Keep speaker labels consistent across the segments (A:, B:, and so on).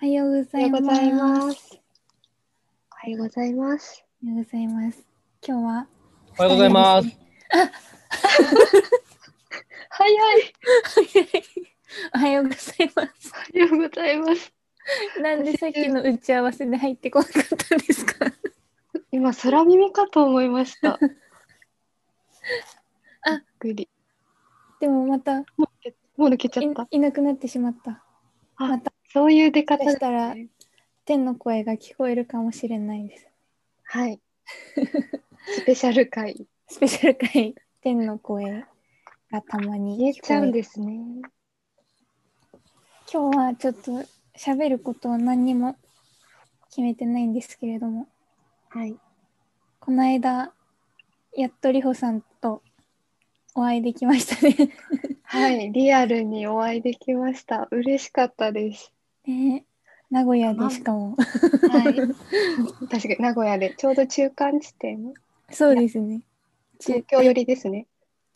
A: おはようございます。
B: おはようございます。
A: おはようございます。今日は。
C: おはようございます。
B: 早い。
A: おはようございます。
B: おはようございます。
A: なんでさっきの打ち合わせで入ってこなかったんですか。
B: 今空耳かと思いました。
A: あ、
B: ぐり。
A: でもまた。
B: もう抜けちゃった
A: い。いなくなってしまった。また。
B: そういう出方、
A: ね、したら。天の声が聞こえるかもしれないです。
B: はい。 スペシャル回。
A: スペシャル回。天の声がたまに
B: 言えちゃうんですね。
A: 今日はちょっと喋ることは何にも決めてないんですけれども。
B: はい。
A: この間、やっとりほさんとお会いできましたね
B: はい、リアルにお会いできました。嬉しかったです。
A: ね名古屋でしかも。
B: はい。 確かに名古屋でちょうど中間地点。
A: そうですね。
B: 東京寄りですね。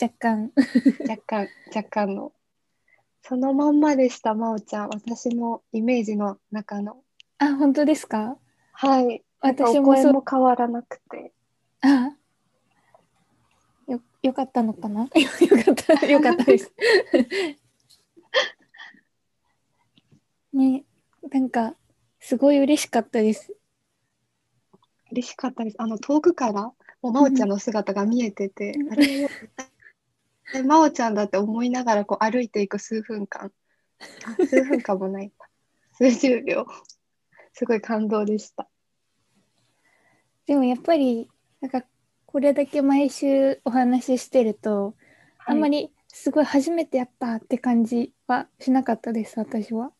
A: 若干。
B: 若干、若干の。そのまんまでした、まおちゃん。私のイメージの中の。
A: あ、本当ですか
B: はい。
A: 私も
B: そう。も変わらなくて。
A: あよ、よかったのかな よかった 、よかったです。ねなんかすごい嬉しかったです。
B: 嬉しかったです。あの遠くからもう真央ちゃんの姿が見えてて、うん、あれ真央ちゃんだって思いながらこう歩いていく数分間、数分間もないか、数十秒、すごい感動でした。
A: でもやっぱりなんかこれだけ毎週お話ししてると、はい 、あんまりすごい初めてやったって感じはしなかったです私は。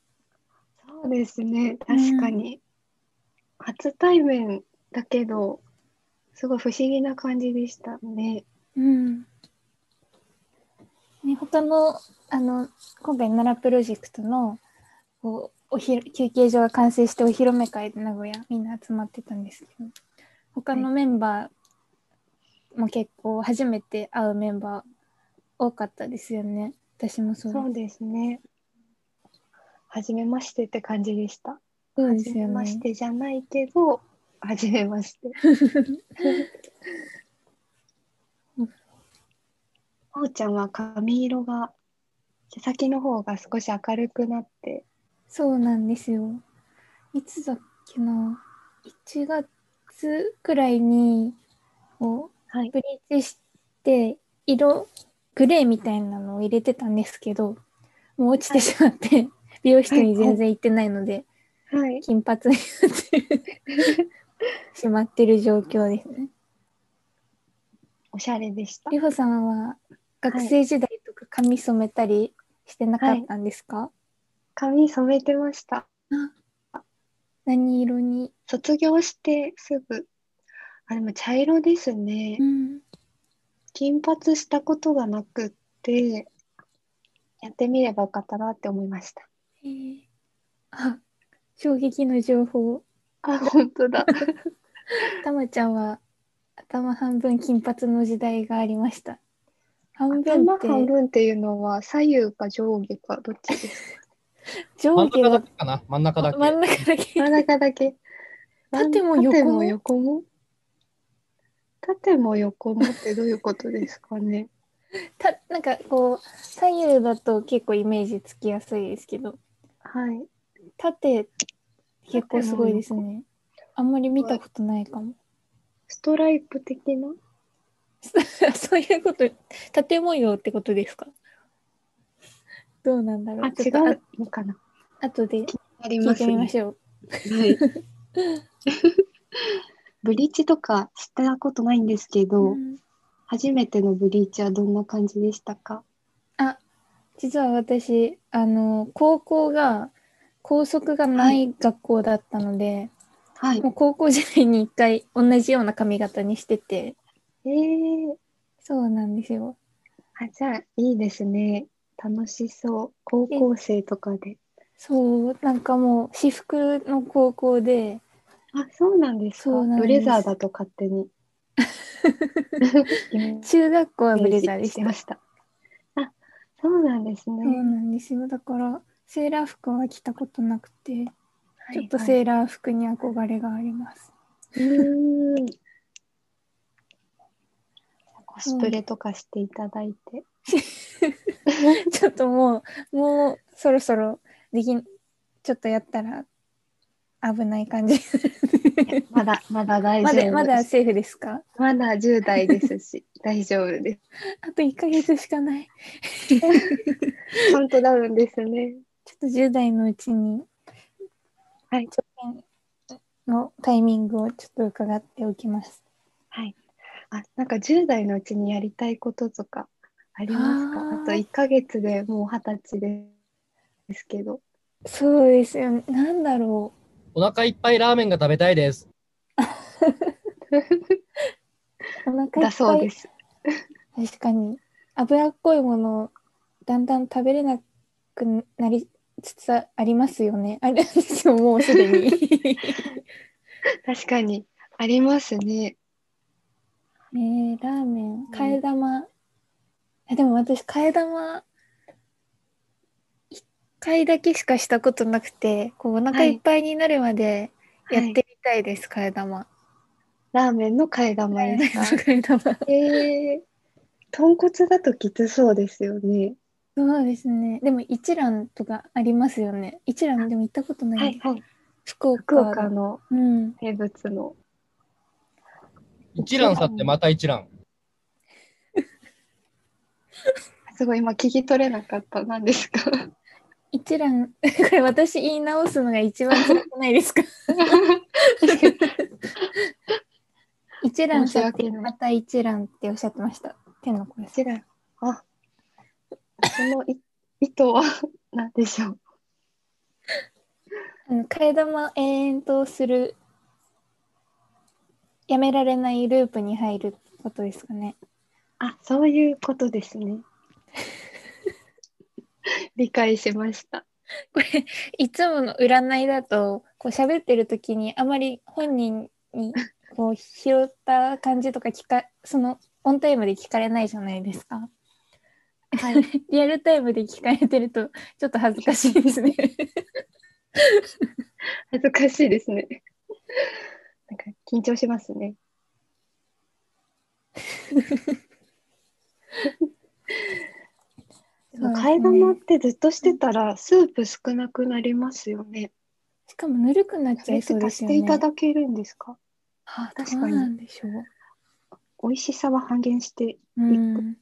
B: そうですね確かに、うん、初対面だけどすごい不思議な感じでしたね。
A: うん、ね他のあの神戸奈良プロジェクトのこうおひ休憩所が完成してお披露目会で名古屋みんな集まってたんですけど他のメンバーも結構初めて会うメンバー多かったですよね私もそう
B: そうですね。初めましてって感じでした。
A: そうですね、
B: 初めましてじゃないけど、初め まして。あおちゃんは髪色が毛先の方が少し明るくなって。
A: そうなんですよ。いつだっけな、1月くらいにこう、はい、ブリーチして色グレーみたいなのを入れてたんですけど、もう落ちてしまって、はい。美容室に全然行ってないので、
B: はい、
A: 金髪になってしまってる状況ですね。
B: おしゃれでした。
A: りほさんは学生時代とか髪染めたりしてなかったんですか、はい、
B: 髪染めてました。
A: 何色に
B: 卒業してすぐ。あ、でも茶色ですね。
A: うん、
B: 金髪したことがなくって、やってみればよかったなって思いました。
A: えー、あ衝撃の情報
B: あ本当だ
A: たまちゃんは頭半分金髪の時代がありました
B: 半分って半分っていうのは左右か上下かどっち ですか
A: 上下
C: は真ん中だけ
A: 真ん中だけ
B: 真ん中だけ
A: 縦も横
B: も横も縦も横もってどういうことですかね
A: たなんかこう左右だと結構イメージつきやすいですけど
B: はい
A: 縦結構すごいですねあんまり見たことないかも
B: ストライプ的な
A: そういうこと縦模様ってことですかどうなんだろう
B: あ違うのかな
A: 後で聞いてみましょう、
B: はい、ブリッジとかしたことないんですけど、うん初めてのブリーチはどんな感じでしたか
A: あ実は私あの高校が校則がない学校だったので、
B: はい、
A: もう高校時代に一回同じような髪型にしてて
B: えー、
A: そうなんですよ
B: あじゃあいいですね楽しそう高校生とかで
A: そうなんかもう私服の高校で
B: あそうなんですかブレザーだと勝手 に
A: 中学校はブレザーでして
B: ました。あ、そうなんですね。
A: そうなんですよ。だからセーラー服は着たことなくて、ちょっとセーラー服に憧れがあります。
B: うーんコスプレとかしていただいて。
A: ちょっともう、もうそろそろできん、ちょっとやったら危ない感じ。
B: まだ、まだ大丈
A: ま
B: 夫で
A: だ
B: す。
A: まだセーフですか
B: まだ10代ですし、大丈夫で
A: あと1ヶ月しかない。
B: す。カウントダウンですね。
A: ちょっと10代のうちに、
B: はい
A: 挑戦のタイミングをちょっと伺っておきます。
B: あ、なんか10代のうちにやりたいこととかありますか
A: あー
B: あと1ヶ月でもう20歳ですけど。
A: そうですよね。なんだろ
C: お腹いっぱいラーメンが食べたいです。
A: う。お腹いっぱい。
B: だそうです。
A: 確かに脂っこいものをだんだん食べれなくなりつつありますよねあれですよもうすでに
B: 確かに。ありますね。
A: ねえラーメン替え玉、えでも私替え玉一回だけしかしたことなくてこうお腹いっぱいになるまでやって
B: は
A: み
B: い、
A: たいです、替え玉
B: ラーメンの替え玉ですか。
A: 替え玉
B: えー、豚骨だときつそうですよね。
A: そうですねでも一蘭とかありますよね一蘭でも行ったことない、
B: はいはい。
A: 福岡
B: 福岡の
A: うん
B: 名物の。
C: 一蘭去ってまた一蘭。
B: すごい今聞き取れなかった。何です か
A: 一覧 これ私言い直すのが一番辛くないです か
B: 確かに
A: 一覧さっ
B: 申し訳
A: て
B: ない
A: また一覧っておっしゃってました手の声
B: 一蘭。あ、そのい意図は 何でしょう。
A: あの替え玉を永遠とするやめられないループに入るってことですかね
B: あ、そういうことですね。 理解しました。
A: これいつもの占いだとこう喋ってる時にあまり本人にこう拾った感じとか聞かそのオンタイムで聞かれないじゃないですか
B: はい。
A: リアルタイムで聞かれてるとちょっと恥ずかしいですね
B: 恥ずかしいですね。なんか緊張しますね。でも替え玉ってずっとしてたらスープ少なくなりますよね。
A: しかもぬるくなっ
B: そ
A: ちゃ
B: れ
A: い
B: って
A: そうで
B: 足
A: す
B: し
A: よ
B: て
A: ね。
B: いただけるんですか
A: はあ、
B: 確
A: ど
B: か
A: う
B: に
A: なんでしょう。
B: 美味しさは半減して、
A: うん。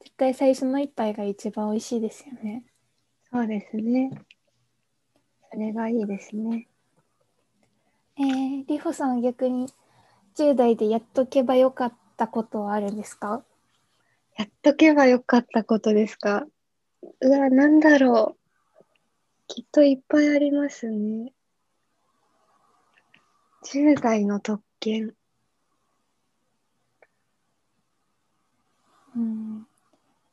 A: 絶対最初の一杯が一番美味しいですよね。
B: そうですね。それがいいですね。
A: えー、りほさんは逆に10代でやっとけばよかったことはあるんですか
B: やっとけばよかったことですかうわ、なんだろう。きっといっぱいありますね。10代の特権。
A: うん。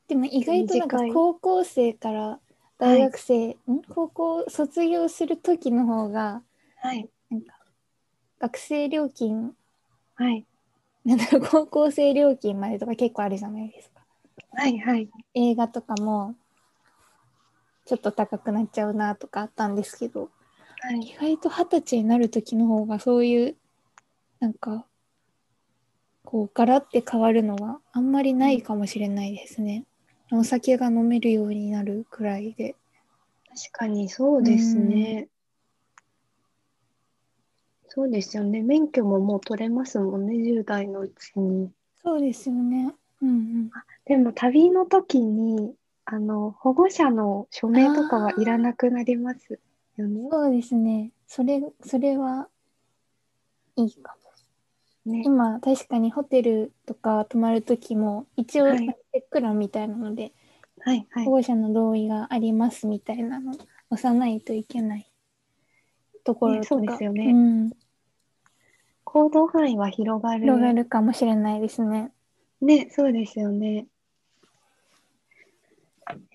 A: でも意外となんか
B: 短い
A: 高校生から大学生、ん高校卒業する時の方が
B: はい。
A: 学生料金、
B: はい。
A: なんだろう 高校生料金までとか結構あるじゃないですか。
B: はい。はい。
A: 映画とかもちょっと高くなっちゃうなとかあったんですけど
B: はい。
A: 意外と二十歳になる時の方がそういうなんかこうガラって変わるのはあんまりないかもしれないですね。お酒が飲めるようになるくらいで。
B: 確かにそうですね。そうですよね。免許ももう取れますもんね、10代のうちに。
A: そうですよね。うん
B: でも旅の時にあの保護者の署名とかはいらなくなりますよ
A: うん、
B: ね。
A: そうですね。それそれはいいかも。
B: ね
A: 今確かにホテルとか泊まる時も一応
B: はい
A: チェック欄みたいなので
B: はいはい
A: 保。護者の同意がありますみたいなの押さないといけないところ
B: ね
A: と
B: そ
A: か、
B: うですよね
A: ん
B: 行動範囲は広がる。
A: 広がるかもしれないですね。
B: ね、そうですよね。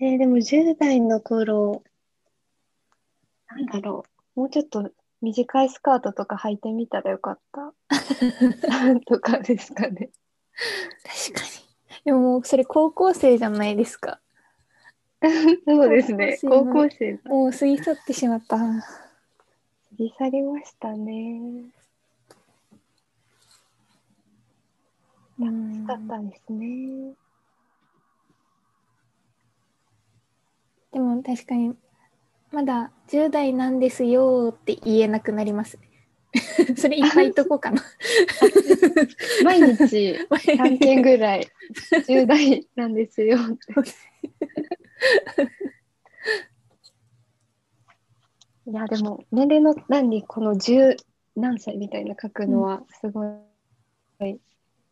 B: えーでも10代の頃、なんだろう、もうちょっと短いスカートとか履いてみたらよ かった。とかですかね。
A: 確かに。でももうそれ高校生じゃないですか。
B: そうですね。
A: 高
B: 高
A: 校
B: 校生だ。
A: もう過ぎ去ってしまった。
B: り去りましたね。
A: うん
B: だったですね。
A: でも確かにまだ10代なんですよーって言えなくなります。 それいっぱい言っとこうかな。
B: 毎日3件ぐらい10代なんですよって。いやでも年齢の欄にこの10何歳みたいな書くのはすごい、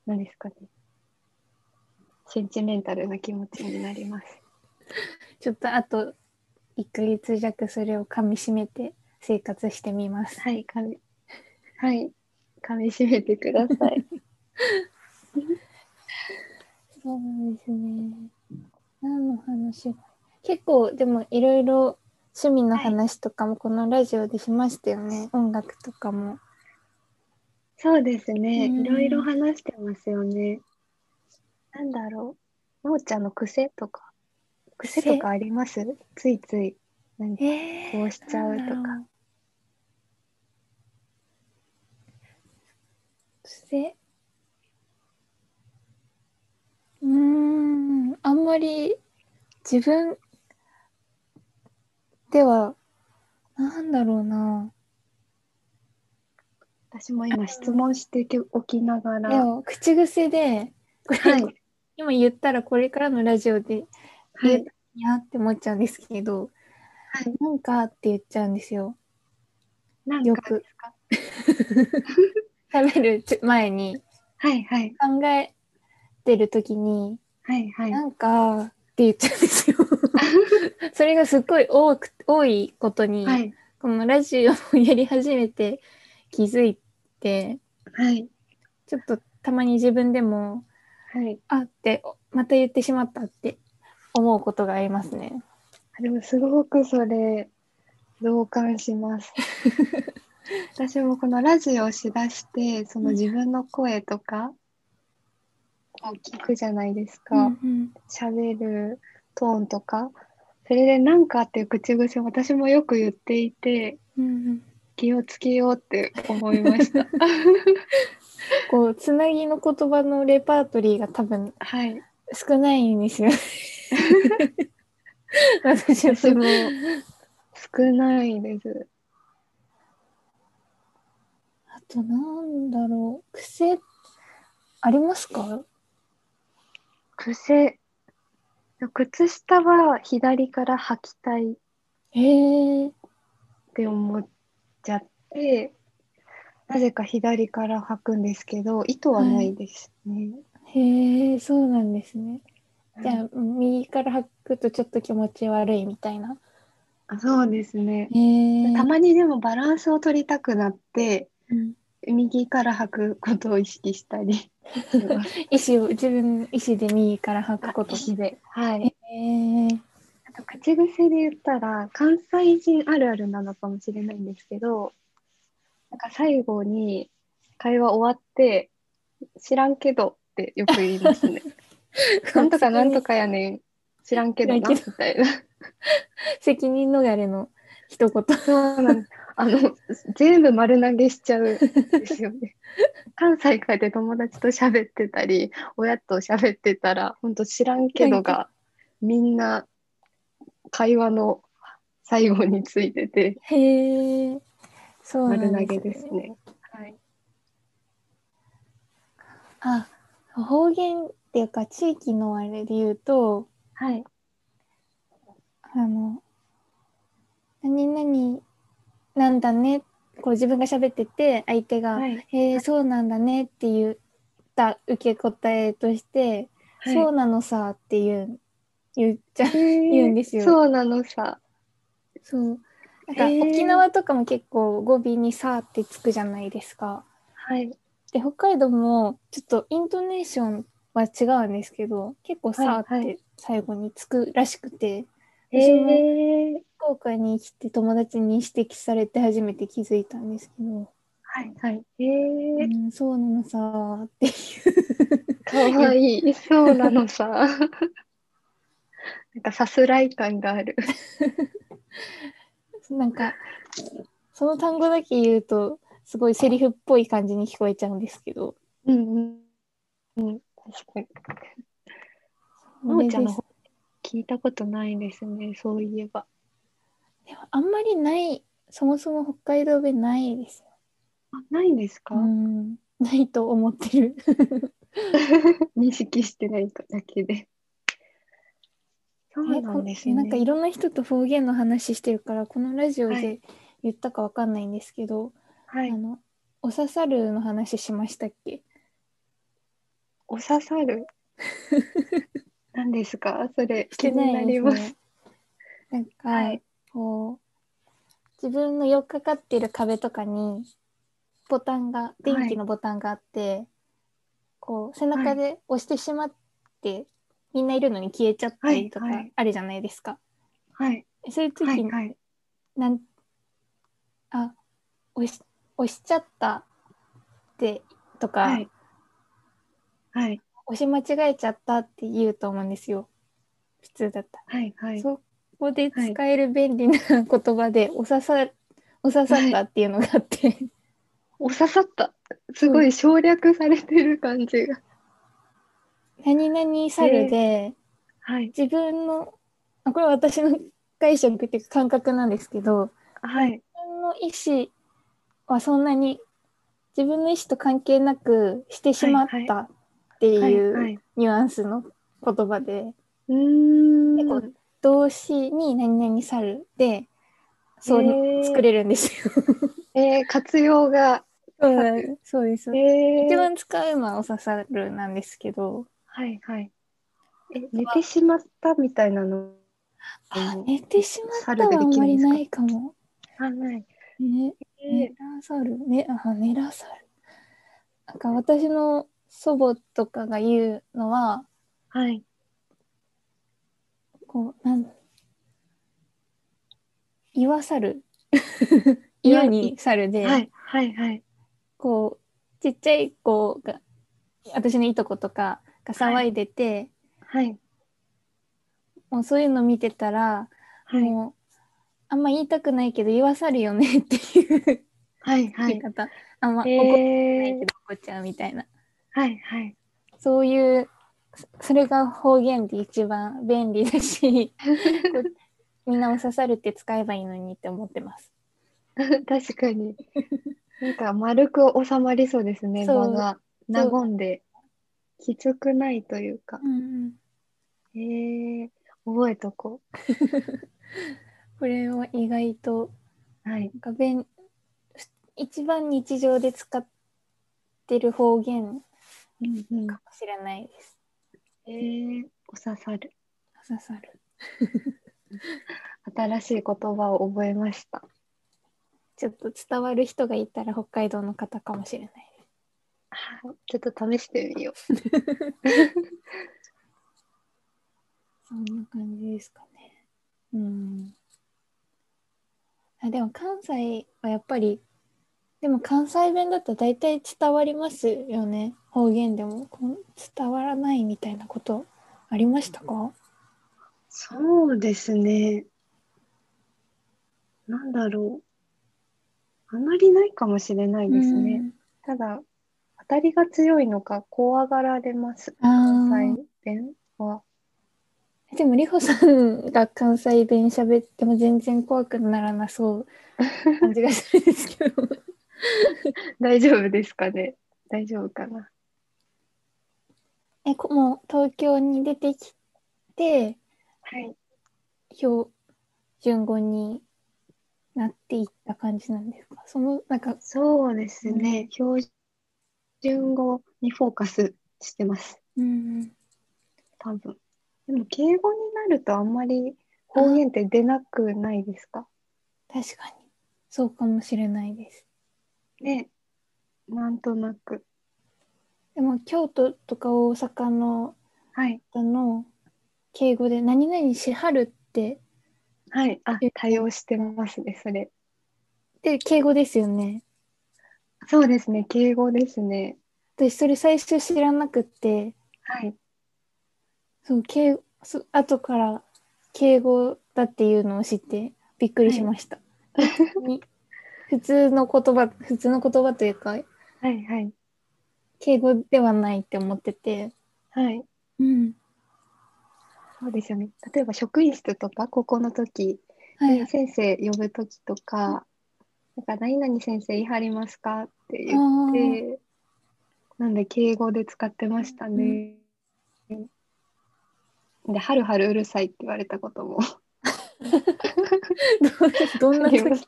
B: 何ですかねセンチメンタルな気持ちになります。
A: ちょっとあと1ヶ月弱それを噛み締めて生活してみます。
B: はい、かみ、はい、噛み締めてください。
A: そうですね。何の話が結構でもいろいろ趣味の話とかもこのラジオでしましたよね。音楽とかも。
B: そうですね、
A: うん
B: いろいろ話してますよね。なんだろう、まおちゃんの癖とか、癖とかありますついつい、何か
A: え
B: こうしちゃうとか。
A: なんだろう。癖うーん、あんまり自分では、なんだろうな。
B: 私も今質問しておきなが
A: で
B: ら、
A: も、口癖で、これ、
B: はい、
A: 今言ったらこれからのラジオで、
B: はい、はい
A: い、やって思っちゃうんですけど、なんかって言っちゃうんですよ。
B: なん
A: よ
B: かで
A: く
B: すか
A: 食べるちょ前に、
B: はい、はい、
A: 考えてる時に、
B: はい、はい
A: な。んかって言っちゃうんですよ。それがすっごい多く多いことに、
B: はい、
A: このラジオをやり始めて気づいて
B: はい、
A: ちょっとたまに自分でも
B: はい。
A: あっておまた言ってしまったって思うことがありますね。
B: あでもすごくそれ同感し ます。私もこのラジオをしだしてその自分の声とかを聞くじゃないです
A: う
B: か
A: んうん
B: 喋、るトーンとかそれでなんかっていう口癖を私もよく言っていて
A: うんうん
B: 気をつけようって思いま した。
A: こうつなぎの言葉のレパートリーが多分
B: はい、
A: 少ないんですよ ね。私は
B: 私も少ないです。
A: あとなんだろう癖ありますか
B: 癖靴下は左から履きたい
A: へえ。
B: って思っちゃってなぜか左から履くんですけど意図はないですね。
A: へえ、そうなんですね。じ
B: う
A: ゃ
B: ん
A: あ、右から履くとちょっと気持ち悪いみたいな。
B: あそうですね。
A: へえ。
B: たまにでもバランスを取りたくなって
A: うん
B: 右から履くことを意識した りします。
A: 意思を、自分の意思で右から履くこと。へ
B: で。はい。
A: え。
B: あと口癖で言ったら関西人あるあるなのかもしれないんですけどなんか最後に会話終わって知らんけどってよく言いま すね。なんとかなんと
A: か。
B: かやねん。知らんけどな、
A: 知らん
B: み
A: けど
B: たいな。
A: 責任逃れの一言。
B: そうなんですあの、全部丸投げしちゃうんですよ ね。関西帰って友達と喋ってたり、親と喋ってたら、本当知らんけどが、みんな会話の最後についてて、
A: へえ。そうなん
B: 丸
A: ね
B: 投げです。ね。はい。
A: あ、方言っていうか、地域のあれで言うと、
B: はい。
A: あの、何々なんだね。こう自分が喋ってて、相手が、
B: はい。
A: へえそうなんだねって言った受け答えとして、そうなのさっていう言っちゃう言
B: 言
A: うんですよ
B: そうなのさ。
A: そうなんか
B: へえ
A: 沖縄とかも結構語尾に「さ」ってつくじゃないですか。
B: はい。
A: で北海道もちょっとイントネーションは違うんですけど結構「さ」っ
B: はいは
A: て最後につくらしくて、
B: え
A: 私も
B: ー。
A: 福岡に来て友達に指摘されて初めて気づいたんですけど
B: はい。はい。え
A: 「う
B: ー。
A: ん、そうなのさ」っていう
B: かわいい。そうなのさ。 なんかさすらい感がある。
A: なんかその単語だけ言うとすごいセリフっぽい感じに聞こえちゃうんですけど。
B: うんうん。うん、確かに。まおちゃんの方聞いたことないですね、そういえば。
A: でもあんまりないそもそも北海道弁ないですよ。
B: あ、ないんですか、
A: うん、ないと思ってる。
B: 認識してないだけで。そうなんですね。
A: なんかいろんな人と方言の話してるからこのラジオ
B: は
A: で言ったかわかんないんですけど、
B: はい
A: あ。のおささるの話しましたっけ
B: お刺さる。何ですかそれ
A: し
B: 気
A: て
B: に
A: な
B: ないり
A: で
B: ますす。
A: ね。なんか、
B: はい
A: こう自分の寄っかかってる壁とかにボタンが電気のボタンがあって、こう背中で押してしまって、みんないるのに消えちゃったりとか
B: はいはい
A: あるじゃないですか。
B: はい。
A: そういう時
B: はい
A: に、
B: はい。
A: なんあ押し押しちゃったってとか、
B: はい。はい。
A: 押し間違えちゃったって言うと思うんですよ普通だったら。
B: はい。はい。
A: そこで使える便利な言葉で、おささおささったっていうのがあって、
B: お刺さった。すごい省略されてる感じが。
A: 何々猿で
B: はい。
A: 自分のあこれは私の解釈っていうか感覚なんですけど
B: はい。
A: 自分の意思はそんなに自分の意思と関係なくしてしまったって
B: はいは
A: う
B: い。
A: ニュアンスの言葉で
B: うーん。
A: 結動詞に何々猿でそう
B: へー
A: 作れるんですよ。
B: えー、活用が。
A: そうなんですそうです
B: え。ー、
A: 一番使うのはお刺さるなんですけど、
B: はいはい。え、寝てしまったみたいなの。
A: あ
B: うん
A: 寝てしまったはあんまりないかも。
B: あ、ない。
A: ね、
B: え
A: ネラサル、ね、あ、ネラサル。なんか私の祖母とかが言うのは、
B: はい。
A: こう、なん言わさる。
B: 岩
A: 岩に猿で、
B: はい。はい。はい。
A: こう、ちっちゃい子が、私のいとことかが騒いでて、
B: はい。
A: もうそういうの見てたら、
B: はい。
A: もう、あんま言いたくないけど、言わさるよね っていう
B: はい。は
A: 言い
B: い。
A: 方。あんま怒ってない
B: え
A: け
B: ー
A: ど、怒っちゃうみたいな。
B: はい。はい。
A: そういう、そそれが方言で一番便利だ し、こうみんなを刺さるって使えばいいのにって思ってます。
B: 確か に。なんか丸く収まりそうですね、
A: そう
B: 場が。
A: そう
B: 和んで。きつくないというか。えー、覚えとこ
A: これは意外と、
B: う。はい。
A: なんか便、ふ一番日常で使ってる方言
B: うんうん。
A: かもしれないです。
B: えー、お刺さる。
A: 刺さる。
B: 新しい言葉を覚えました。
A: ちょっと伝わる人がいたら北海道の方かもしれない。
B: はいちょっと試してみよう。
A: そんな感じですかね。うん。あでも関西はやっぱりでも関西弁だと大体伝わりますよね方言でもこん伝わらないみたいなことありましたか
B: そうですね。なんだろう。あまりないかもしれないですね。ただ、当たりが強いのか、怖がられます。
A: うん。あ
B: 関
A: ー
B: 西弁は。
A: でもりほさんが関西弁喋っても全然怖くならな そう感じがするんですけど
B: 大丈夫ですかね。大丈夫かな。
A: えこもう東京に出てきて
B: はい。
A: 標準語になっていった感じなんですかそのなんか
B: そうですね。標準語にフォーカスしてます。
A: うん
B: 多分。でも、敬語になるとあんまり方言って出なくないですか
A: 確かにそうかもしれないです
B: ね。なんとなく。
A: でも京都とか大阪の
B: はい。
A: あの敬語で「何々しはる」って
B: はい。あ
A: え、
B: 対応してますね、それ。
A: で敬語ですよね
B: そうですね、敬語ですね。
A: 私それ最初知らなくって
B: はい。
A: そう敬そ後から敬語だっていうのを知ってびっくりしました、本当に 普通の言葉普通の言葉というか
B: はいはい。
A: 敬語ではないって思ってて、
B: はい。
A: うん
B: そうですよね。例えば職員室とか高校の時、
A: はい、あ
B: 先生呼ぶ時とか、なんか何々先生言いはりますかって言
A: ー
B: って、なんで敬語で使ってましたね。で、はるはるうるさいって言われたこと も。
A: どんな時
B: あります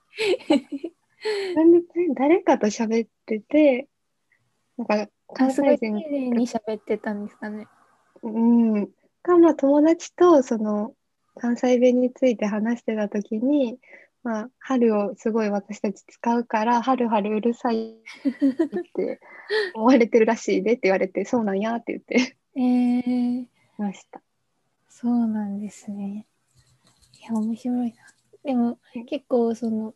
B: なんで誰かと喋ってて、なんか関
A: あすご
B: 西
A: い丁
B: 人
A: 寧に喋ってたんですかね。
B: うん。か、まあ、友達とその関西弁について話してた時に、まあ、春をすごい私たち使うから、春春うるさいって思われてるらしいでって言われて、そうなんやって言って
A: えー、
B: ました。
A: そうなんですね。いや面白いな。でも結構その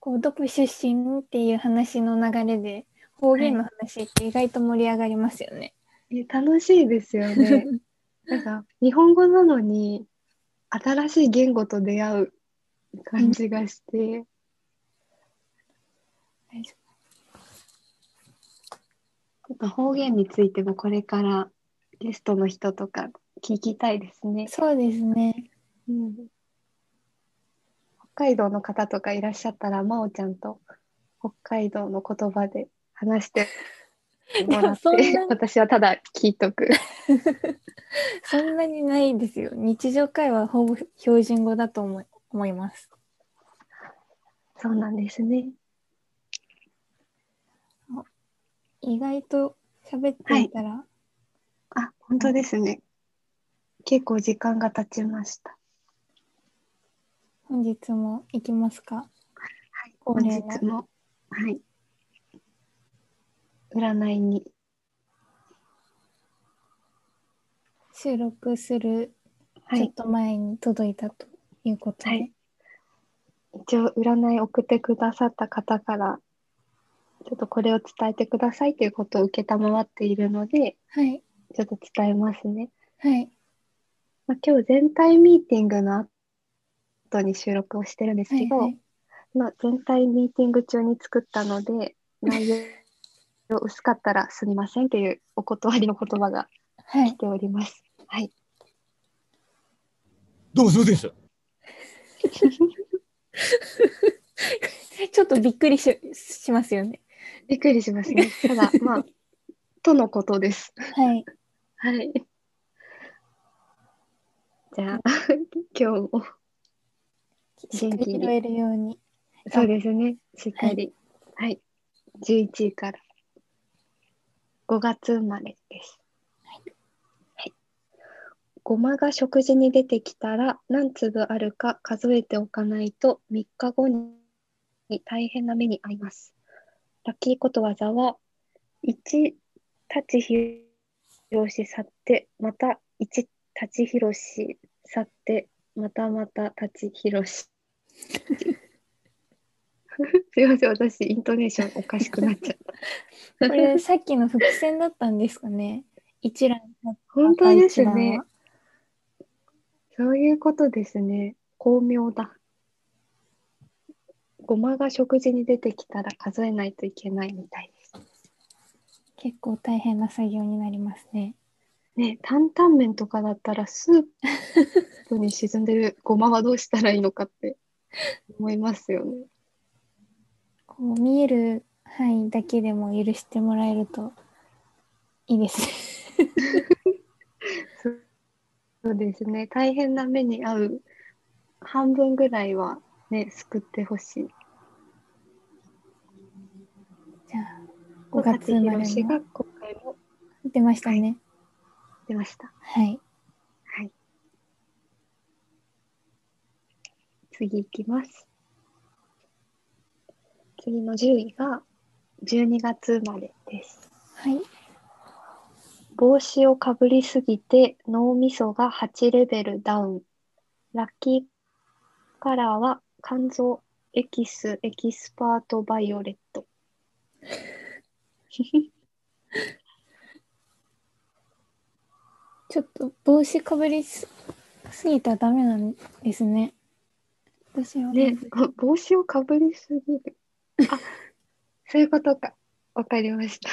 A: こうどこ出身っていう話の流れで方言の話って意外と盛り上がりますよね。
B: え、楽しいですよね。なんか、日本語なのに、新しい言語と出会う感じがして、ちょっと方言についてもこれからゲストの人とか聞きたいですね。
A: そうですね。
B: うん北海道の方とかいらっしゃったら、まおちゃんと北海道の言葉で話 してもらっ
A: でもそん
B: て
A: な、
B: 私はただ聞いとく。
A: そんなにないですよ。日常会話はほぼ標準語だと思い思います。
B: そうなんですね。
A: 意外と喋っていたら、
B: あ、本当ですね。結構時間が経ちました。
A: 本日も行きますか。
B: はい、
A: 恒例
B: 本
A: の
B: 日も、はい。占いに、
A: 収録する
B: は
A: ちょっ
B: い、
A: と前に届いたということで、
B: はい一応占い送ってくださった方から、ちょっとこれを伝えてくださいということを承っているので、
A: はい、
B: ちょっと伝えますね。
A: はい、
B: まあ、今日全体ミーティングの後に収録をしてるんです
A: は
B: け
A: い、
B: ど、
A: はい。
B: まあ、全体ミーティング中に作った ので、内容薄かったらすみませんというお断りの言葉が
A: は
B: 来
A: い、
B: ております。はい。
C: どうもすいませんでした。
A: ちょっとびっくりししますよね。
B: びっくりしますね。ただ、まあ、とのことです。
A: はい、
B: はい。じゃあ、 今日も、
A: しっかり拾
B: 元気に
A: えるように。
B: そうですね、しっかり。はい。11位から。5月生まれです。はい。ごまが食事に出てきたら何粒あるか数えておかないと3日後に大変な目に遭います。ラッキーことわざは、1立ち広し去って、また1立ち広し去って、またまた立ち広し。すいません、私、イントネーションおかしくなっちゃった。
A: これさっきの伏線だったんですかね。一覧だった
B: 本当です
A: 一覧
B: ね
A: は。
B: そういうことですね。巧妙だ。ごまが食事に出てきたら数えないといけないみたいです。
A: 結構大変な作業になりますね。
B: ねえ担々麺とかだったらスープに沈んでる ごまはどうしたらいいのかって思いますよね。
A: こう見える範囲だけでも許してもらえるといいです ね。
B: そうそうですね。大変な目に遭う半分ぐらいはね、救ってほしい。
A: じゃあ5月生まれ
B: 小勝弘
A: も
B: が今回も
A: 出ましたね。
B: 出ました。
A: はい。
B: はい。次いきます。次の10位が12月生まれです。
A: はい。
B: 帽子をかぶりすぎて脳みそが8レベルダウン。ラッキーカラーは肝臓エキスエキスパートバイオレット。
A: ちょっと帽子かぶりすすぎたらダメなんですね。私は
B: ね、帽子をかぶりすぎる。あ、そういうことか。わかりました。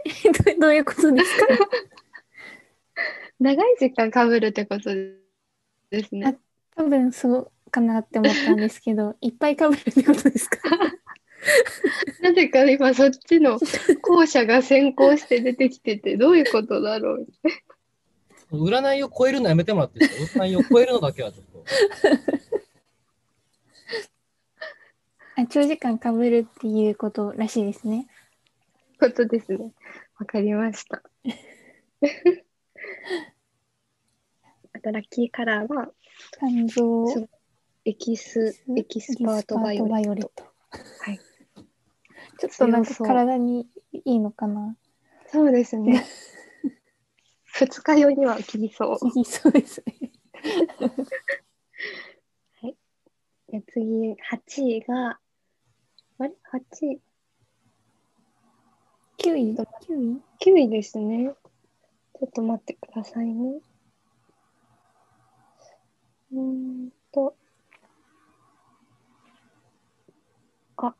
A: どういうことですか
B: 長い時間かぶるってことですね。
A: 多分そうかなって思ったんですけどいっぱいかぶるってことですか
B: なぜか今そっちの校舎が先行して出てきてて、どういうことだろう。
C: 占いを超えるのやめてもらっていいですか占いを超えるのだけはちょっと。
A: あ長時間かぶるっていうことらしいですね
B: ことですね。わかりま した。あとラッキーカラーは
A: 肝臓
B: そうエキス、エキスパートバイオレット。
A: レット
B: はい
A: ちょっとなんか
B: 強そう
A: 体にいいのかな
B: そうですね。二日酔いには効きそう。
A: いいそうですね
B: で次、8位が、あれ ?8 位、
A: 9位9位
B: 9位ですね。ちょっと待ってくださいね。うーんと、あ、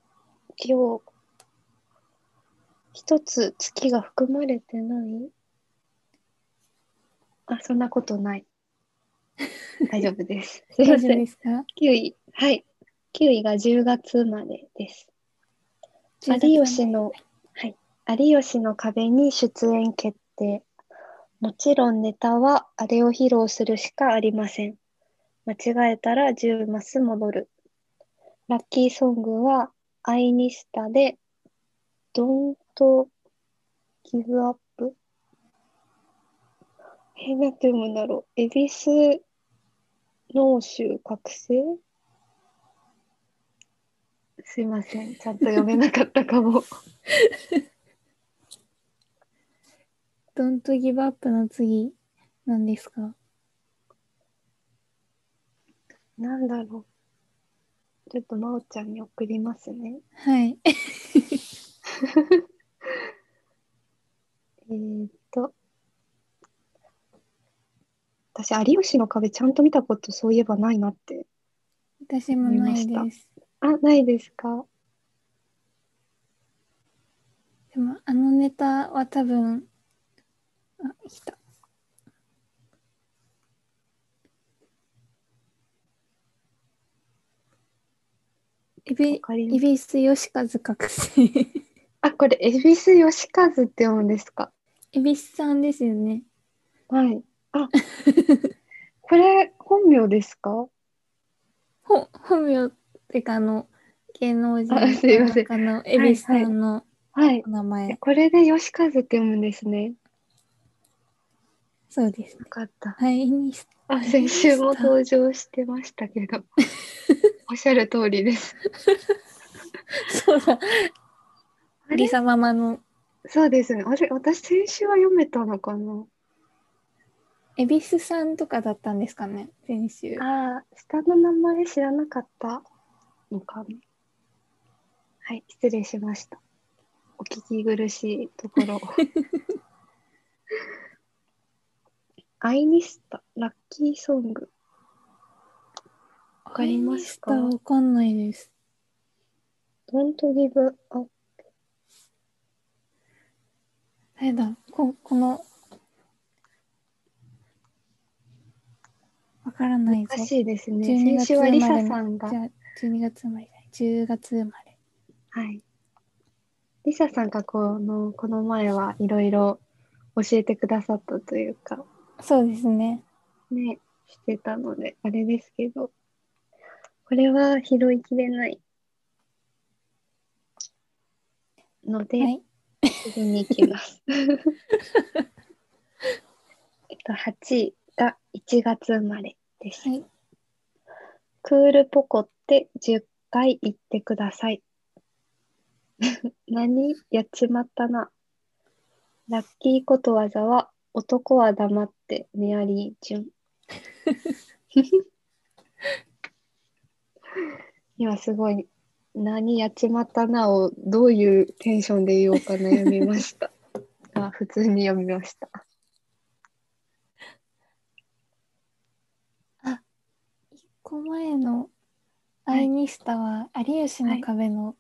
B: 今日、一つ月が含まれてないあ、そんなこと ない。大丈夫です。すい
A: 大
B: ま
A: 丈
B: せ
A: 夫
B: ん。
A: ですか
B: 9位、はい。9位が10月生まれです。有吉の、はい、有吉の壁に出演決定。もちろんネタはあれを披露するしかありません。間違えたら10マス戻る。ラッキーソングは、アイニスタで、Don't Give Up? え、なんて読むんだろう。恵比寿脳臭覚醒すいません。ちゃんと読めなかったかも。
A: ドントギブアップの次なんですか
B: なんだろう。ちょっとまおちゃんに送りますね。
A: はい
B: えー、っと。私、有吉の壁ちゃんと見たことそういえばないなって。
A: 私もない
B: 見ま
A: です
B: あ、ないですか
A: でもあのネタは多分あ来たエ
B: わ
A: ビ
B: かり
A: イ
B: ます
A: ビスヨシカズ覚醒
B: あ、これ、恵比寿義和って読むんですか
A: エビスさんですよね
B: はい。 あ、これ、本名ですか
A: ほ本名ってかあの芸能人
B: あすいません
A: 中のエビスさんの
B: はい
A: お。名前、
B: えこれで義和って読むんですね。
A: そうですね
B: よかった。
A: はいにし
B: あ、先週も登場してましたけ ど。おっしゃる通りです。
A: そうだ
B: あれ
A: リサママの
B: そうですね。あれ、私、先週は読めたのかな
A: エビスさんとかだったんですかね先週
B: ああ、下の名前知らなかったのかな。はい、失礼しました。お聞き苦しいところ を。アイニスタ、ラッキーソング。わ
A: わ
B: かりますか
A: わかんないです。
B: Don't give up。
A: 誰だここの。わからないぞ。
B: おか
A: じ
B: しいですね。
A: 12
B: 先週はリサ
A: 月生
B: さ
A: まれ
B: ん
A: ゃ
B: が。
A: あ12月生まれだ。10月生まれ。
B: はい。リサさんがこの、この前はいろいろ教えてくださったというか、
A: そうですね。
B: ね、してたので、あれですけど、これは拾いきれないので、
A: はい。
B: 次に行きます。 えっと、8位が1月生まれです。
A: はい。
B: クールポコって10回言ってください。 何やっちまったな。ラッキーことわざは男は黙ってメアリー・ジ ュン。今すごい何やっちまったなをどういうテンションで言おうか悩みま した。あ普通に読みました。
A: 1個前の。アイニスタは有吉の壁の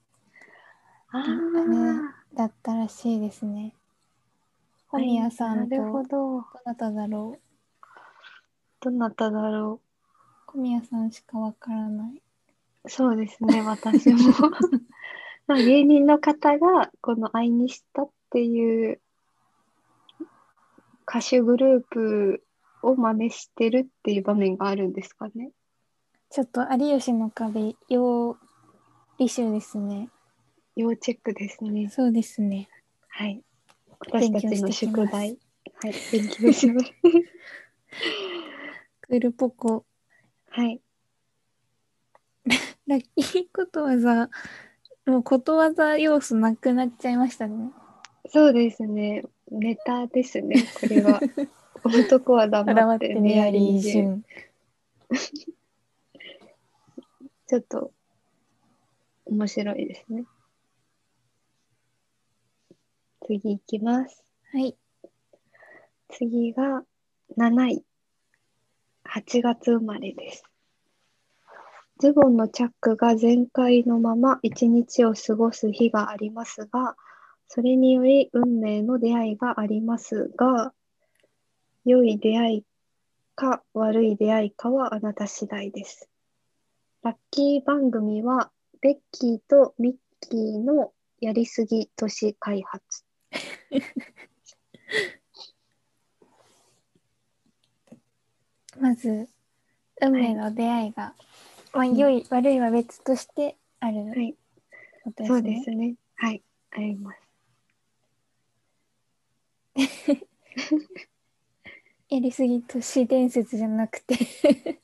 B: あ
A: ね
B: あ、
A: だったらしいですね。
B: はい
A: 本屋さんと
B: なるほ
A: ど
B: ど。
A: なただろう
B: どなただろ
A: 小宮さんしかわからない。
B: う。そうです ね、私も。まあ芸人の方がこの「愛にした」っていう歌手グループを真似してるっていう場面があるんですかね。
A: ちょっと有吉の壁要履修ですね。
B: 要チェックですね。
A: そうですね。
B: はい。私
A: 勉強
B: た
A: してきます
B: ちの宿題。はい、勉強します。
A: クールポコ
B: はい。
A: ラッキーことわざもうことわざ要素なくなっちゃいましたね。
B: そうですね。ネタですね、これ は。男は黙ってメアリージュン。
A: ン。
B: ちょっと面白いですね。次いきます。
A: はい。
B: 次が7位。8月生まれです。ズボンのチャックが全開のまま一日を過ごす日がありますが、それにより運命の出会いがありますが、良い出会いか悪い出会いかはあなた次第です。ラッキー番組は、ベッキーとミッキーのやりすぎ都市開発。
A: まず運命の出会いが、まあ良い悪いは別としてある
B: はい
A: ことですね。
B: そうですね。はい、あります。
A: やりすぎ都市伝説じゃなくて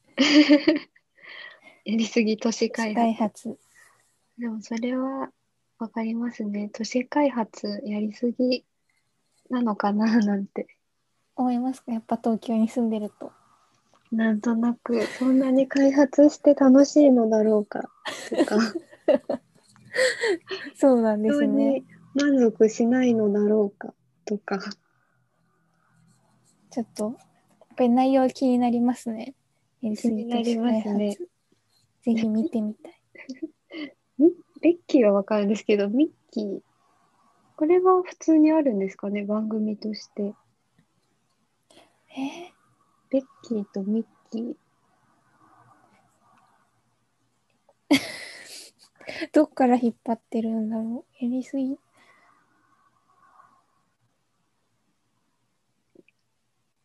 B: やりすぎ都市開
A: 開
B: 発。
A: 発
B: でもそれはわかりますね。都市開発やりすぎなのかななんて。
A: 思いますかやっぱ東京に住んでると
B: なんとなく、そんなに開発して楽しいのだろうかとか、
A: そうなん
B: 非
A: で
B: 常
A: すね
B: に満足しないのだろうかとか。
A: ちょっとやっぱり内容気になりますねやりすぎ都市開
B: 気になりま
A: 発
B: すね
A: ぜひ見てみたい
B: ベッキーはわかるんですけど、ミッキー、これは普通にあるんですかね、番組として。
A: え
B: ベッキーとミッキー。
A: ーどっから引っ張ってるんだろうやりすぎ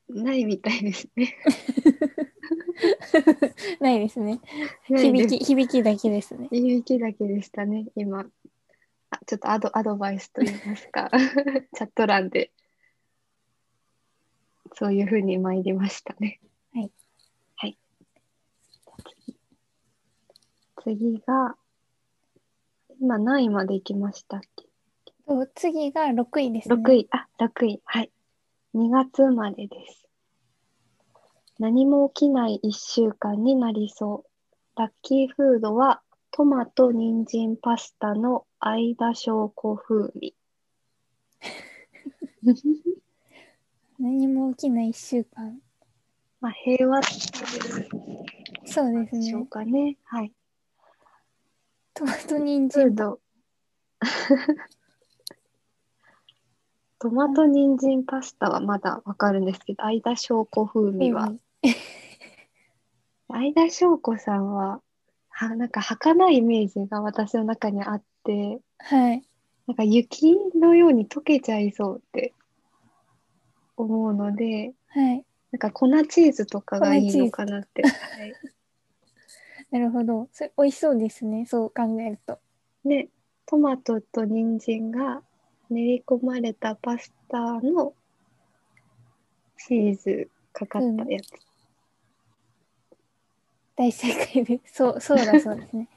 B: ないみたいですね。
A: ないですね
B: ないです
A: 響き響きだけですね
B: 響きだけでしたね、今。あちょっとアドアドバイスと言います か、チャット欄で、そういうふうに参りましたね。
A: はい。
B: はい。次次が、今何位まで行きましたっけ
A: と次が6位ですね
B: 6位、あ、6位、はい。2月生まれです。何も起きない1週間になりそう。ラッキーフードはトマト、人参、パスタの間証拠風味。
A: 何も起きない1週間
B: まあ、平和って
A: そうで
B: い
A: す
B: うでしょ
A: ね
B: うかね。はい。
A: トマト人
B: フ
A: 参
B: ード。 トマト、人参、パスタはまだわかるんですけど、間証拠風味は。相田翔子さんは、は、なんか儚いイメージが私の中にあって、
A: はい
B: なんか雪のように溶けちゃいそうって思うので、
A: はい
B: なんか粉チーズとかがいいのかなって。はい
A: なるほど。それ美味しそうですね。そう考えると。
B: ね、トマトと人参が練り込まれたパスタのチーズかかったやつ。
A: 大正解です。そう、そうだそうですね。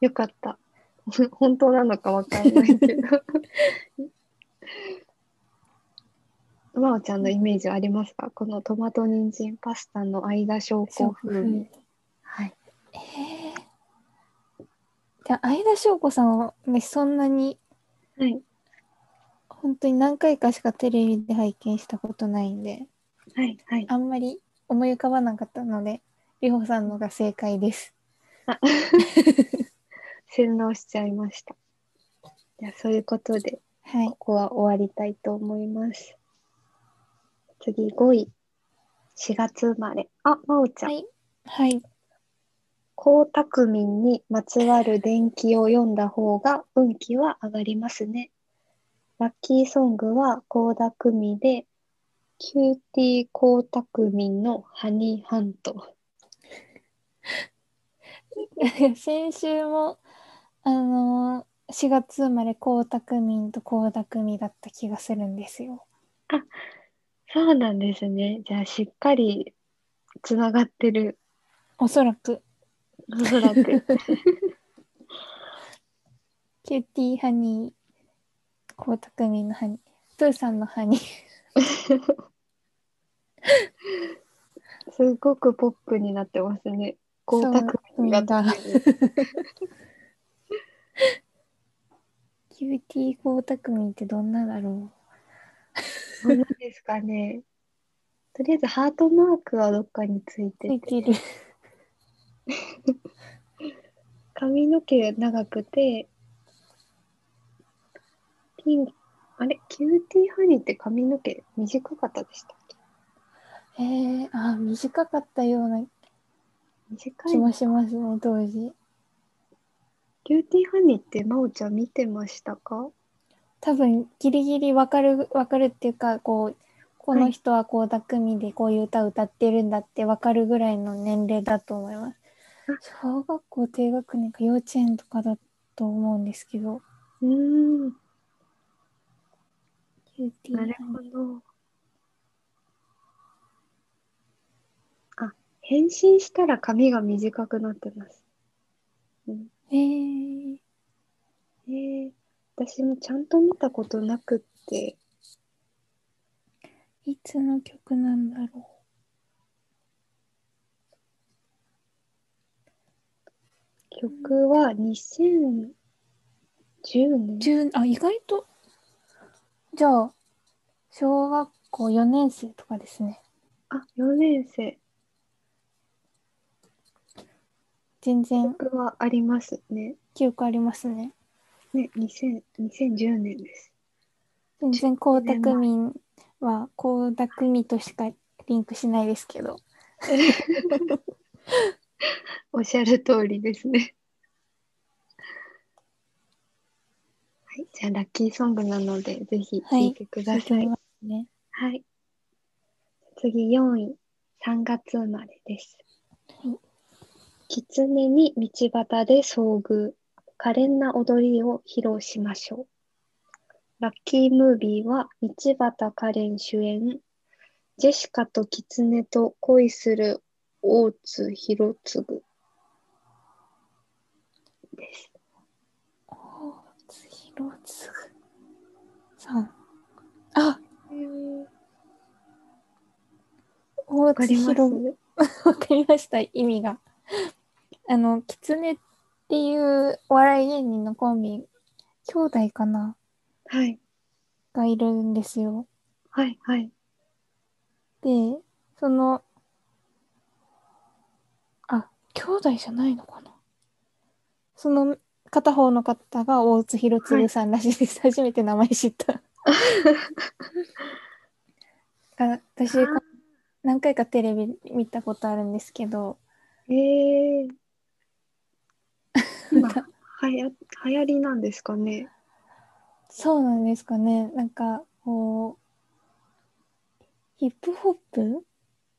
B: よかった。 本当なのかわかんないけど。 まおちゃんのイメージはありますかこのトマト人参パスタの間証拠風味。 はい。
A: ええじゃあ、相田翔子さんは、ね、そんなに、
B: はい。
A: 本当に何回かしかテレビで拝見したことないんで、
B: はい。はい。
A: あんまり思い浮かばなかったので、りほさんのが正解です。
B: 洗脳しちゃいました。じゃあそういうことで、
A: はい
B: こ。こは終わりたいと思います。次、5位。4月生まれ。あ、まおちゃん。
A: はい。はい。
B: 江沢民にまつわる伝記を読んだ方が運気は上がりますね。ラッキーソングは江沢民で、キューティー江沢民のハニーハント。
A: 先週も、あのー、4月生まれ、江沢民と江沢民だった気がするんですよ。
B: そうなんですね。じゃあしっかりつながってる、
A: おそらく、
B: おそらく。
A: キューティーハニー、江沢民のハニー、プーさんのハニー。
B: すごくポップになってますね。江
A: そう
B: 沢民が
A: だ
B: 出てる
A: キューティー江沢民ってどんなだろ
B: どうなんですかね。とりあえずハートマークはどっかについて
A: う。で
B: て
A: きる。
B: 髪の毛長くて、ピン、あれ、キューティーハニーって髪の毛短かったでしたっけ
A: えー、あー、短かったような
B: 短い
A: 気。もしますね、当時。
B: キューティーハニーってまおちゃん見てましたか
A: 多分ギリギリわかるわかるっていうかこうこの人はこう匠でこういう歌歌ってるんだってわかるぐらいの年齢だと思います。小学校低学年か幼稚園とかだと思うんですけど。
B: うーん、
A: キューティー
B: な
A: ハ
B: る
A: ニ
B: ほど。あ、変身したら髪が短くなってます。
A: ーえー
B: えー、私もちゃんと見たことなくって、
A: いつの曲なんだろ
B: 曲は2010年
A: う。10あ意外とじゃあ小学校4年生とかですね。
B: あ、4年生。
A: 全然
B: 曲はありますね。
A: 記憶ありますね。
B: ね、2000 2010年です。
A: 全然江沢民は江沢民としかリンクしないですけど
B: おっしゃる通りですね。はい、じゃあラッキーソングなので、ぜひ聴いてください。はい、
A: ね。
B: 次4位、3月生まれです。
A: はい
B: 狐に道端で遭遇、可憐な踊りを披露しましょう。ラッキームービーは道端カレン主演、ジェシカと狐と恋する大津広次です。
A: おつひろつぐさん。あ、大
B: わか
A: 津
B: ります
A: 広ぐ。わかりました意味が。あの狐っていうお笑い芸人のコンビ兄弟かな
B: はい、
A: がいるんですよ。
B: はい、はい。
A: でそのあ兄弟じゃないのかなその片方の方が大津広次さんらしいです、初めて名前知った あ私
B: あー
A: 何回かテレビ見たことあるんですけど
B: えー、今はや流行りなんですかね。
A: そうなんですかねなんかこうヒップホップ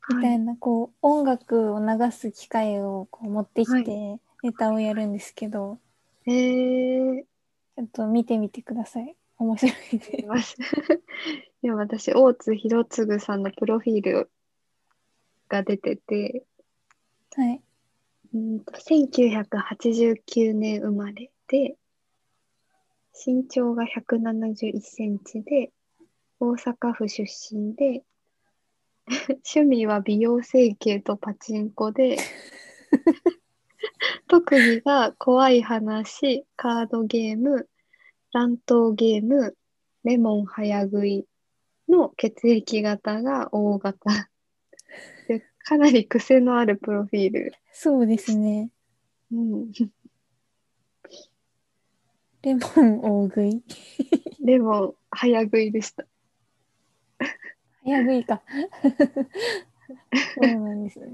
A: み
B: は
A: た
B: い
A: い、な、こう音楽を流す機会をこう持ってき
B: は
A: て
B: い
A: ネタをやるんですけど、
B: えー、
A: ちょっと見てみてください。面白いん
B: い
A: で。
B: ます。 でも私、大津広次さんのプロフィールが出てて、
A: はい。
B: うんと1989年生まれで、身長が171センチで、大阪府出身で、 趣味は美容整形とパチンコで、 特技が怖い話、カードゲーム、乱闘ゲーム、レモン早食いの血液型が O 型。でかなり癖のあるプロフィール
A: そうですね。
B: うん、
A: レモン大食い。
B: レモン早食いでした。
A: 早食いか。そうなんですね。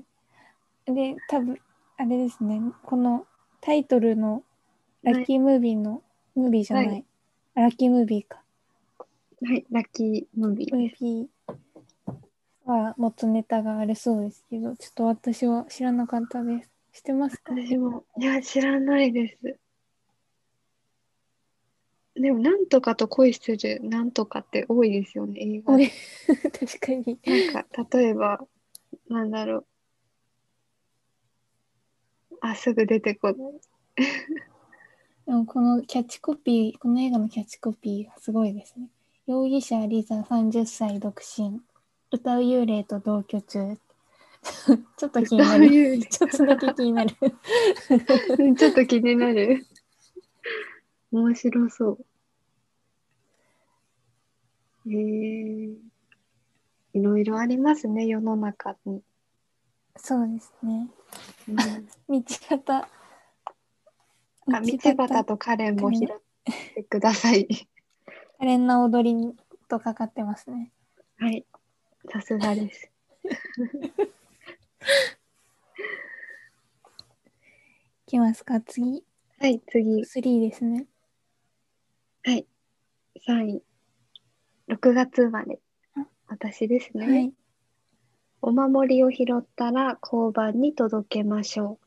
A: で、多分あれですね、このタイトルのラッキームービーの、ムービーじゃない、
B: はい
A: ラッキームービーか、
B: はい、ラッキームービ
A: ム
B: ー。
A: ービーは元ネタがあるそうですけど、ちょっと私は知らなかったです。知ってますか
B: 私も、いや、知らないです。でも、なんとかと恋するなんとかって多いですよね、映画
A: お
B: で。
A: い 確かに。
B: なんか、例えば、なんだろう。あ、すぐ出てこない。
A: でもこのキャッチコピー、この映画のキャッチコピーがすごいですね。容疑者リザ30歳独身。歌う幽霊と同居中。 ちょっと気にな
B: そう
A: る。
B: いう、
A: ちょっとだけ気になる。
B: うん ちょっと気になる。面白そう。えー、いろいろありますね、世の中に。
A: そうですね。
B: うん
A: 道端。
B: あ道端とカレンも拾ってください。
A: 可憐な踊りにとかかってますね。
B: はい、さすがです。
A: いきますか、次。
B: はい、次、
A: 3ですね。
B: はい、3位、6月生まれ
A: あ、
B: 私ですね、
A: はい。
B: お守りを拾ったら交番に届けましょう。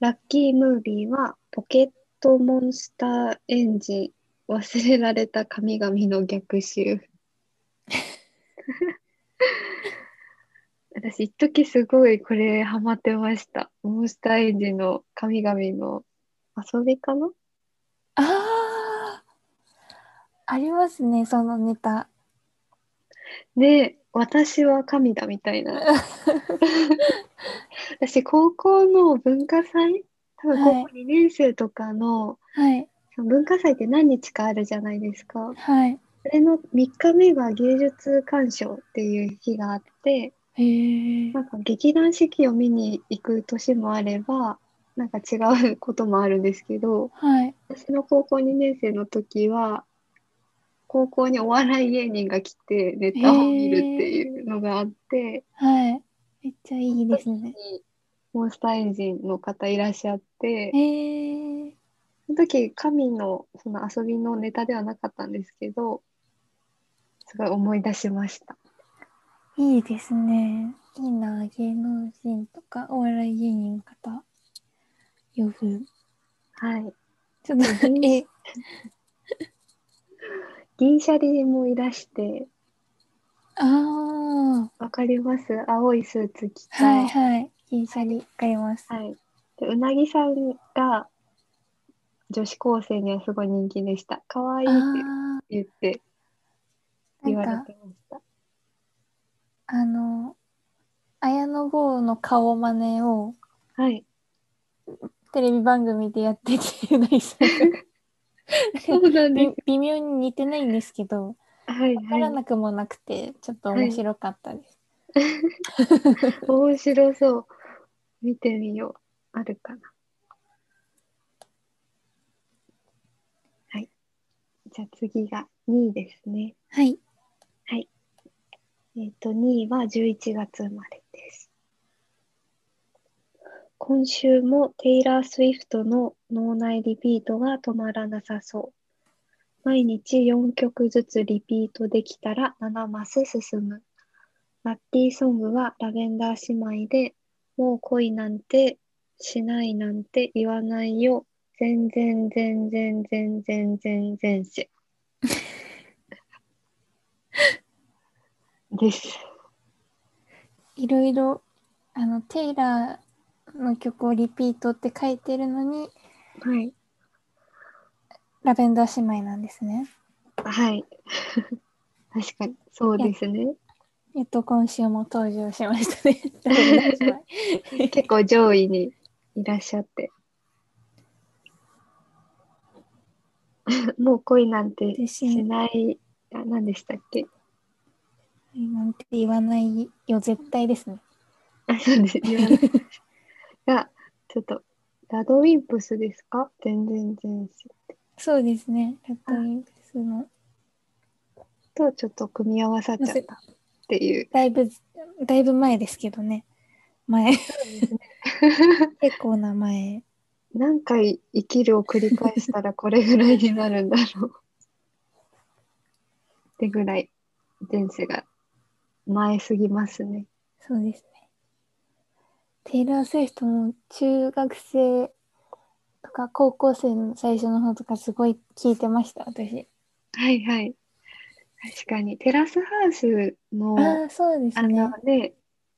B: ラッキームービーは、ポケットモンスターエンジン、忘れられた神々の逆襲。私、一時すごいこれハマってました。モンスターエンジンの神々の遊びかな
A: ああありますね、そのネタ。
B: で、私は神だみたいな。 私、高校の文化祭、多分
A: はい
B: 高校2年生とかの、
A: はい。
B: その文化祭って何日かあるじゃないですか。
A: はい。
B: それの3日目が芸術鑑賞っていう日があって、
A: へえ。
B: なんか劇団四季を見に行く年もあれば、なんか違うこともあるんですけど、
A: はい。
B: 私の高校2年生の時は、高校にお笑い芸人が来てネタを見るっていうのがあって、
A: はい。めっちゃいいですね。
B: モンスターエンジンの方いらっしゃって
A: へ、え。
B: その時神のその遊びのネタではなかったんですけど、すごい思い出しました。
A: いいですね。いいな、芸能人とかお笑い芸人の方。呼ぶ。
B: はい。
A: ちょっと、 え、
B: 銀シャリもいらして、
A: ああ。
B: わかります青いスーツ着た。
A: はいはい。銀シャリ買います。
B: はいでうなぎさんが女子高生にはすごい人気でした。かわいい
A: あ
B: って
A: あ
B: 言って
A: ー。
B: 言わ
A: な
B: れ
A: んか、
B: てました。
A: あの、綾野剛の顔真似を
B: はい。
A: テレビ番組でやってて、 うなぎさんが
B: そうなんで
A: び微妙に似てないんですけど、
B: す。はい
A: わから
B: は
A: なくもなくて、ちょっと面白かったです。
B: い。面白そう。見てみよう。あるかな。はい。じゃあ次が2位ですね。
A: はい。
B: えっと、2位は11月生まれです。今週もテイラー・スウィフトの脳内リピートが止まらなさそう。毎日4曲ずつリピートできたら7マス進む。ラッキーソングはラベンダー姉妹で、もう恋なんてしないなんて言わないよ。全然全然全然全然し。です。
A: いろいろあのテイラーの曲をリピートって書いてるのに
B: はい。
A: ラベンダー姉妹なんですね。
B: はい。 確かに、そうですね。
A: えっと今週も登場しましたね。 ラベンダー姉妹
B: 結構上位にいらっしゃって。 もう恋なんてしない、あ何でしたっけ
A: なんて言わないよ絶対ですね。
B: あ、そうです。言わないが、ちょっとラドウィンプスですか全然全然。
A: そうですね。ラッドウィンプスの。
B: とちょっと組み合わさっちゃったっていう。
A: だいぶ、だいぶ前ですけどね。前。 結構な前。
B: 何回生きるを繰り返したらこれぐらいになるんだろう。ってぐらい前世が前すぎますね。
A: そうですね。テイラー・スウィフトも中学生とか高校生の最初の方とかすごい聞いてました、私。
B: はいはい。確かにテラスハウスの
A: ああ、そうです
B: あ
A: ね。
B: のね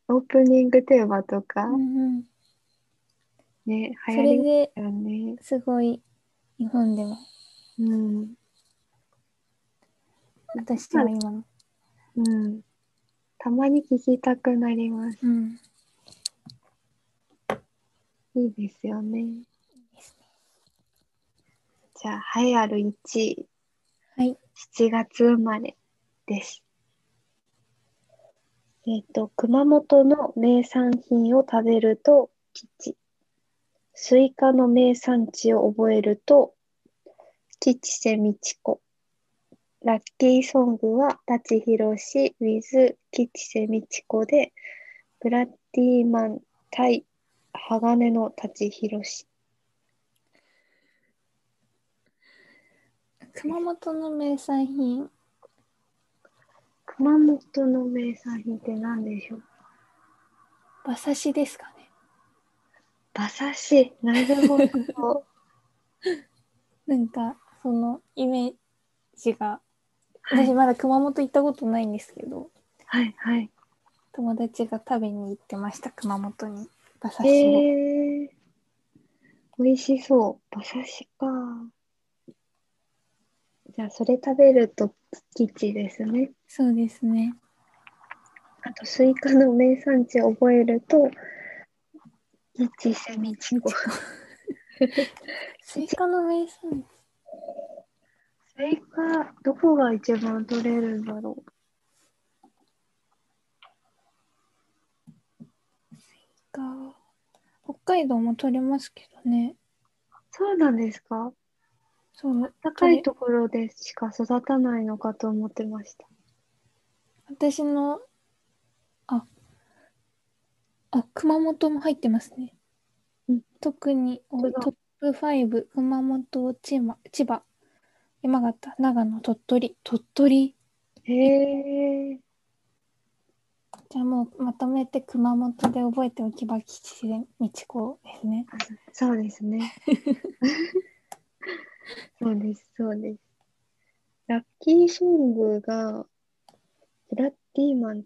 B: オープニングテーマとか
A: うんうん、
B: ね、
A: そ
B: 流行り
A: れで
B: ましたよね。
A: すごい日本でも
B: うん。
A: 私は今も、
B: うん。たまに聞きたくなります。
A: うん、
B: いいですよね。
A: です
B: じゃあ、栄えある1位、
A: はい
B: 7月生まれです。えっ、と、熊本の名産品を食べると吉。スイカの名産地を覚えると吉瀬美智子。ラッキーソングは舘ひろし with 吉瀬美智子で、ブラッディーマン対鋼の舘ひろし。
A: 熊本の名産品
B: 熊本の名産品って何でしょう
A: 馬刺しですかね
B: 馬刺し、なるほど。
A: なんかそのイメージが
B: はい
A: 私まだ熊本行ったことないんですけど、
B: はいはい。
A: 友達が食べに行ってました熊本に馬刺しを、
B: えー、美味しそう。馬刺しか。じゃあ、それ食べると吉ですね。
A: そうですね
B: あと、スイカの名産地を覚えると、吉瀬美智子。
A: スイカの名産
B: スイカ、どこが一番取れるんだろ
A: が北海道も取れますけどね
B: う。そうなんですか
A: そう
B: 高いところでしか育たないのかと思ってました。
A: 私のああ熊本も入ってますね、
B: うん
A: 特にお
B: 本当だ
A: トップ5熊本千葉千葉山形長野鳥取鳥取
B: へえ。
A: じゃあもうまとめて熊本で覚えておけば吉瀬美智子ですね
B: あそうですね。そうです、そうです。ラッキーソングが、ブラッディーマン、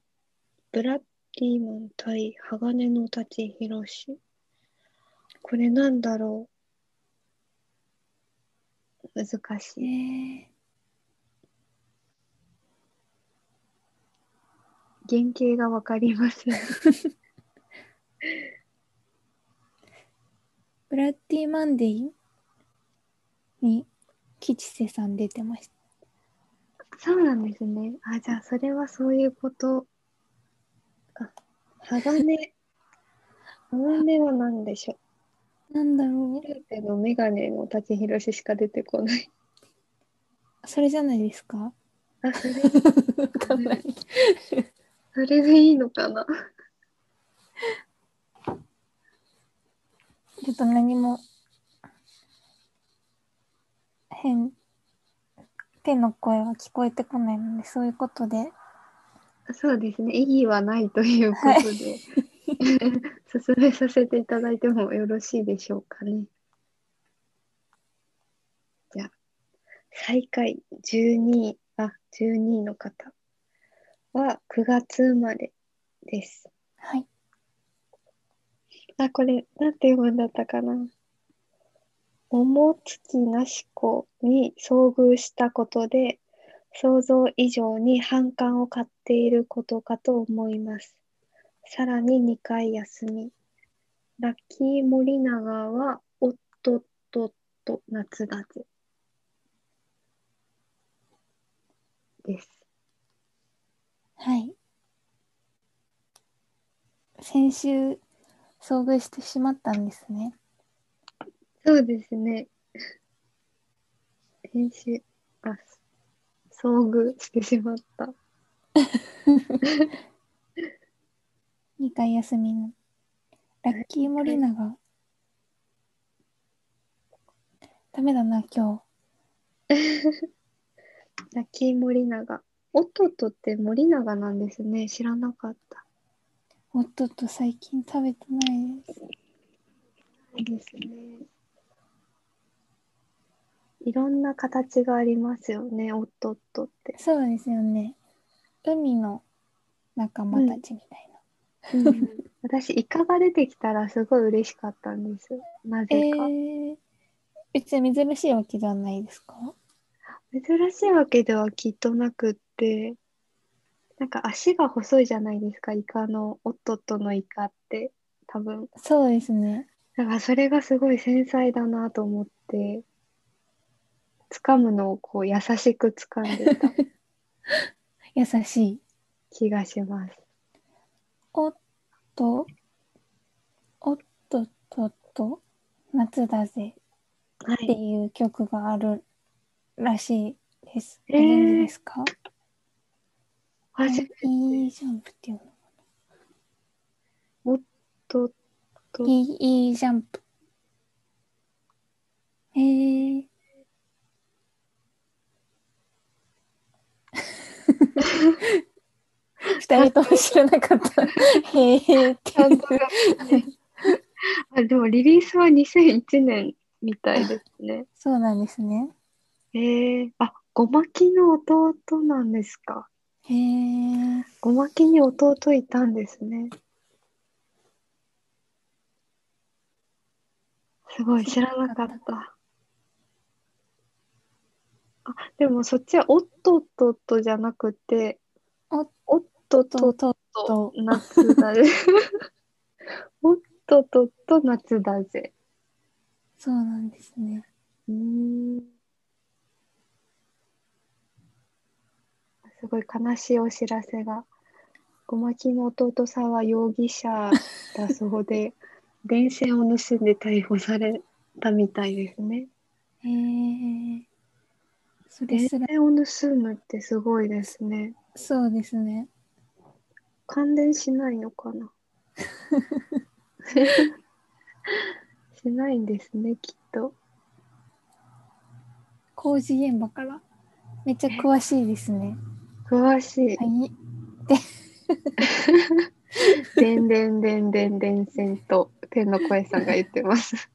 B: ブラッディーマン対鋼の舘ひろし。これなんだろう。難しい。
A: ね
B: 原型がわかりません。
A: ブラッディマンデーに吉瀬さん出てました
B: そうなんですね。あ、じゃあ、それはそういうこと。あ、鋼。鋼は何でしょう。
A: なんだろ
B: ルーペのメガネの舘ひろししか出てこない。
A: うそれじゃないですか
B: あ、それ、
A: わかんない
B: それでいいのかな。
A: ちょっと何も変手の声は聞こえてこないのでそういうことで
B: そうですね。意義はないということで、 進めさせていただいてもよろしいでしょうかね。じゃあ、最下位12位、あ、12位の方は9月生まれです。
A: はい
B: あ、これ、なんて読むんだったかな。桃月なし子に遭遇したことで、想像以上に反感を買っていることかと思います。さらに2回休み。ラッキー森永は、おっとっとっと夏だぜ。です。
A: はい先週遭遇してしまったんですね
B: そうですね。編集、あ、遭遇してしまった。
A: 二回休みの。ラッキー森永。ダメだな、今
B: ラッキー森永。おっとっとって森永なんですね。知らなかった。
A: 日。おっとっと、最近食べてないです。
B: いいですね。いろんな形がありますよね。おっとっとって。
A: そうですよね。海の仲間たちみたいな。
B: 私、イカが出てきたらすごい嬉しかったんです。なぜか。
A: えー、別に珍しいわけではないですか
B: 珍しいわけではきっとなくってなんか足が細いじゃないですかイカのおっとっとのイカって多分
A: そうですね。
B: だからそれがすごい繊細だなと思って掴むのをこう優しく掴んで た
A: 優しい。
B: 気がします
A: おっと、おっとっとっと、夏だぜ
B: は
A: って
B: い
A: いう曲があるらしいです。
B: えー
A: ご存知ですか、
B: 初めて
A: いいジャンプっていう
B: おっとっと
A: の。いい、いいジャンプ。え ー、二人とも知らなかった。へーって
B: ちゃんとが あでもリリースは2001年みたいですね
A: そうなんですね。
B: えー、あごまきの弟なんですか
A: へー
B: ごまきに弟いたんですね。すごい、知らなかった。あ、でもそっちはおっとっとっとじゃなくて、
A: お
B: おっとっと
A: と
B: っ
A: と
B: と夏だぜ。おっとっとっと夏だぜ。
A: そうなんですね。
B: うーん。すごい悲しいお知らせが。ごまきの弟さんは容疑者だそうで、電線を盗んで逮捕されたみたいですね。
A: へーそれ
B: 電
A: す
B: 線
A: ら、
B: を盗むってすごいですね。
A: そうですね。
B: 感電しないのかなしないんですね、きっと。
A: 工事現場から。めっちゃ詳しいですね。
B: 詳しい。
A: はい。
B: でんでんでんでん電線と天の声さんが言ってます。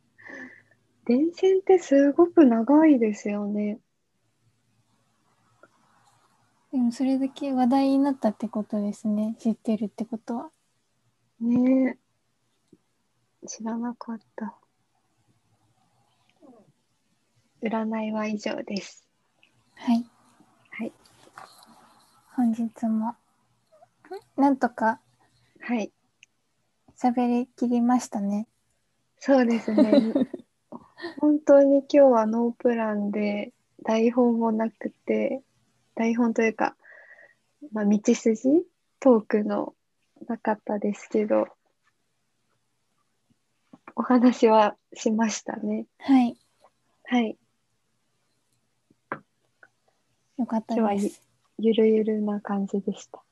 B: 電線ってすごく長いですよね。
A: でもそれだけ話題になったってことですね。知ってるってことは。
B: ねえ知らなかった。占いは以上です。
A: はい。
B: はい。
A: 本日も、なんとか
B: はい。
A: 喋りきりましたね。
B: そうですね。本当に今日はノープランで台本もなくて台本というか、まあ、道筋トークのなかったですけどお話はしましたね。
A: はい。
B: はい。
A: よかった
B: 今
A: で
B: 日はい
A: す。
B: ゆるゆるな感じでした。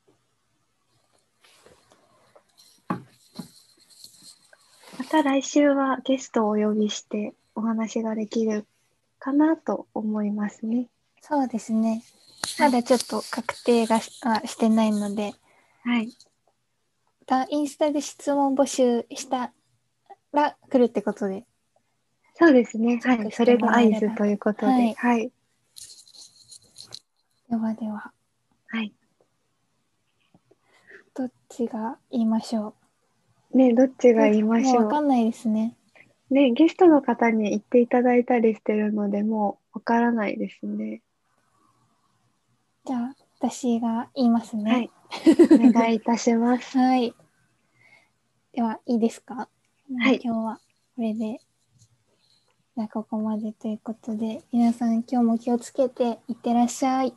B: また来週はゲストをお呼びしてお話ができるかなと思いますね。
A: そうですね。まだちょっと確定がしあしてないので、
B: はい。
A: またインスタで質問募集したら来るってことで。
B: そうですね。は
A: チェッ
B: い。
A: ク
B: そ
A: して
B: れ
A: も
B: が
A: らえ
B: 合
A: れば
B: 図ということで。
A: は
B: はいい。はい。
A: ではでは、どっちが言いましょ
B: ね、どっち
A: う。
B: が言いまし
A: もう
B: ょ
A: わか
B: う。
A: んないですね。
B: ね、ゲストの方に言っていただいたりしてるので、もうわからないですね。
A: じゃあ、私が言いますね。
B: はい。 お願いいたします。
A: はい。では、いいですか
B: はい
A: 今日はこれで、じゃあここまでということで、皆さん今日も気をつけていってらっしゃい。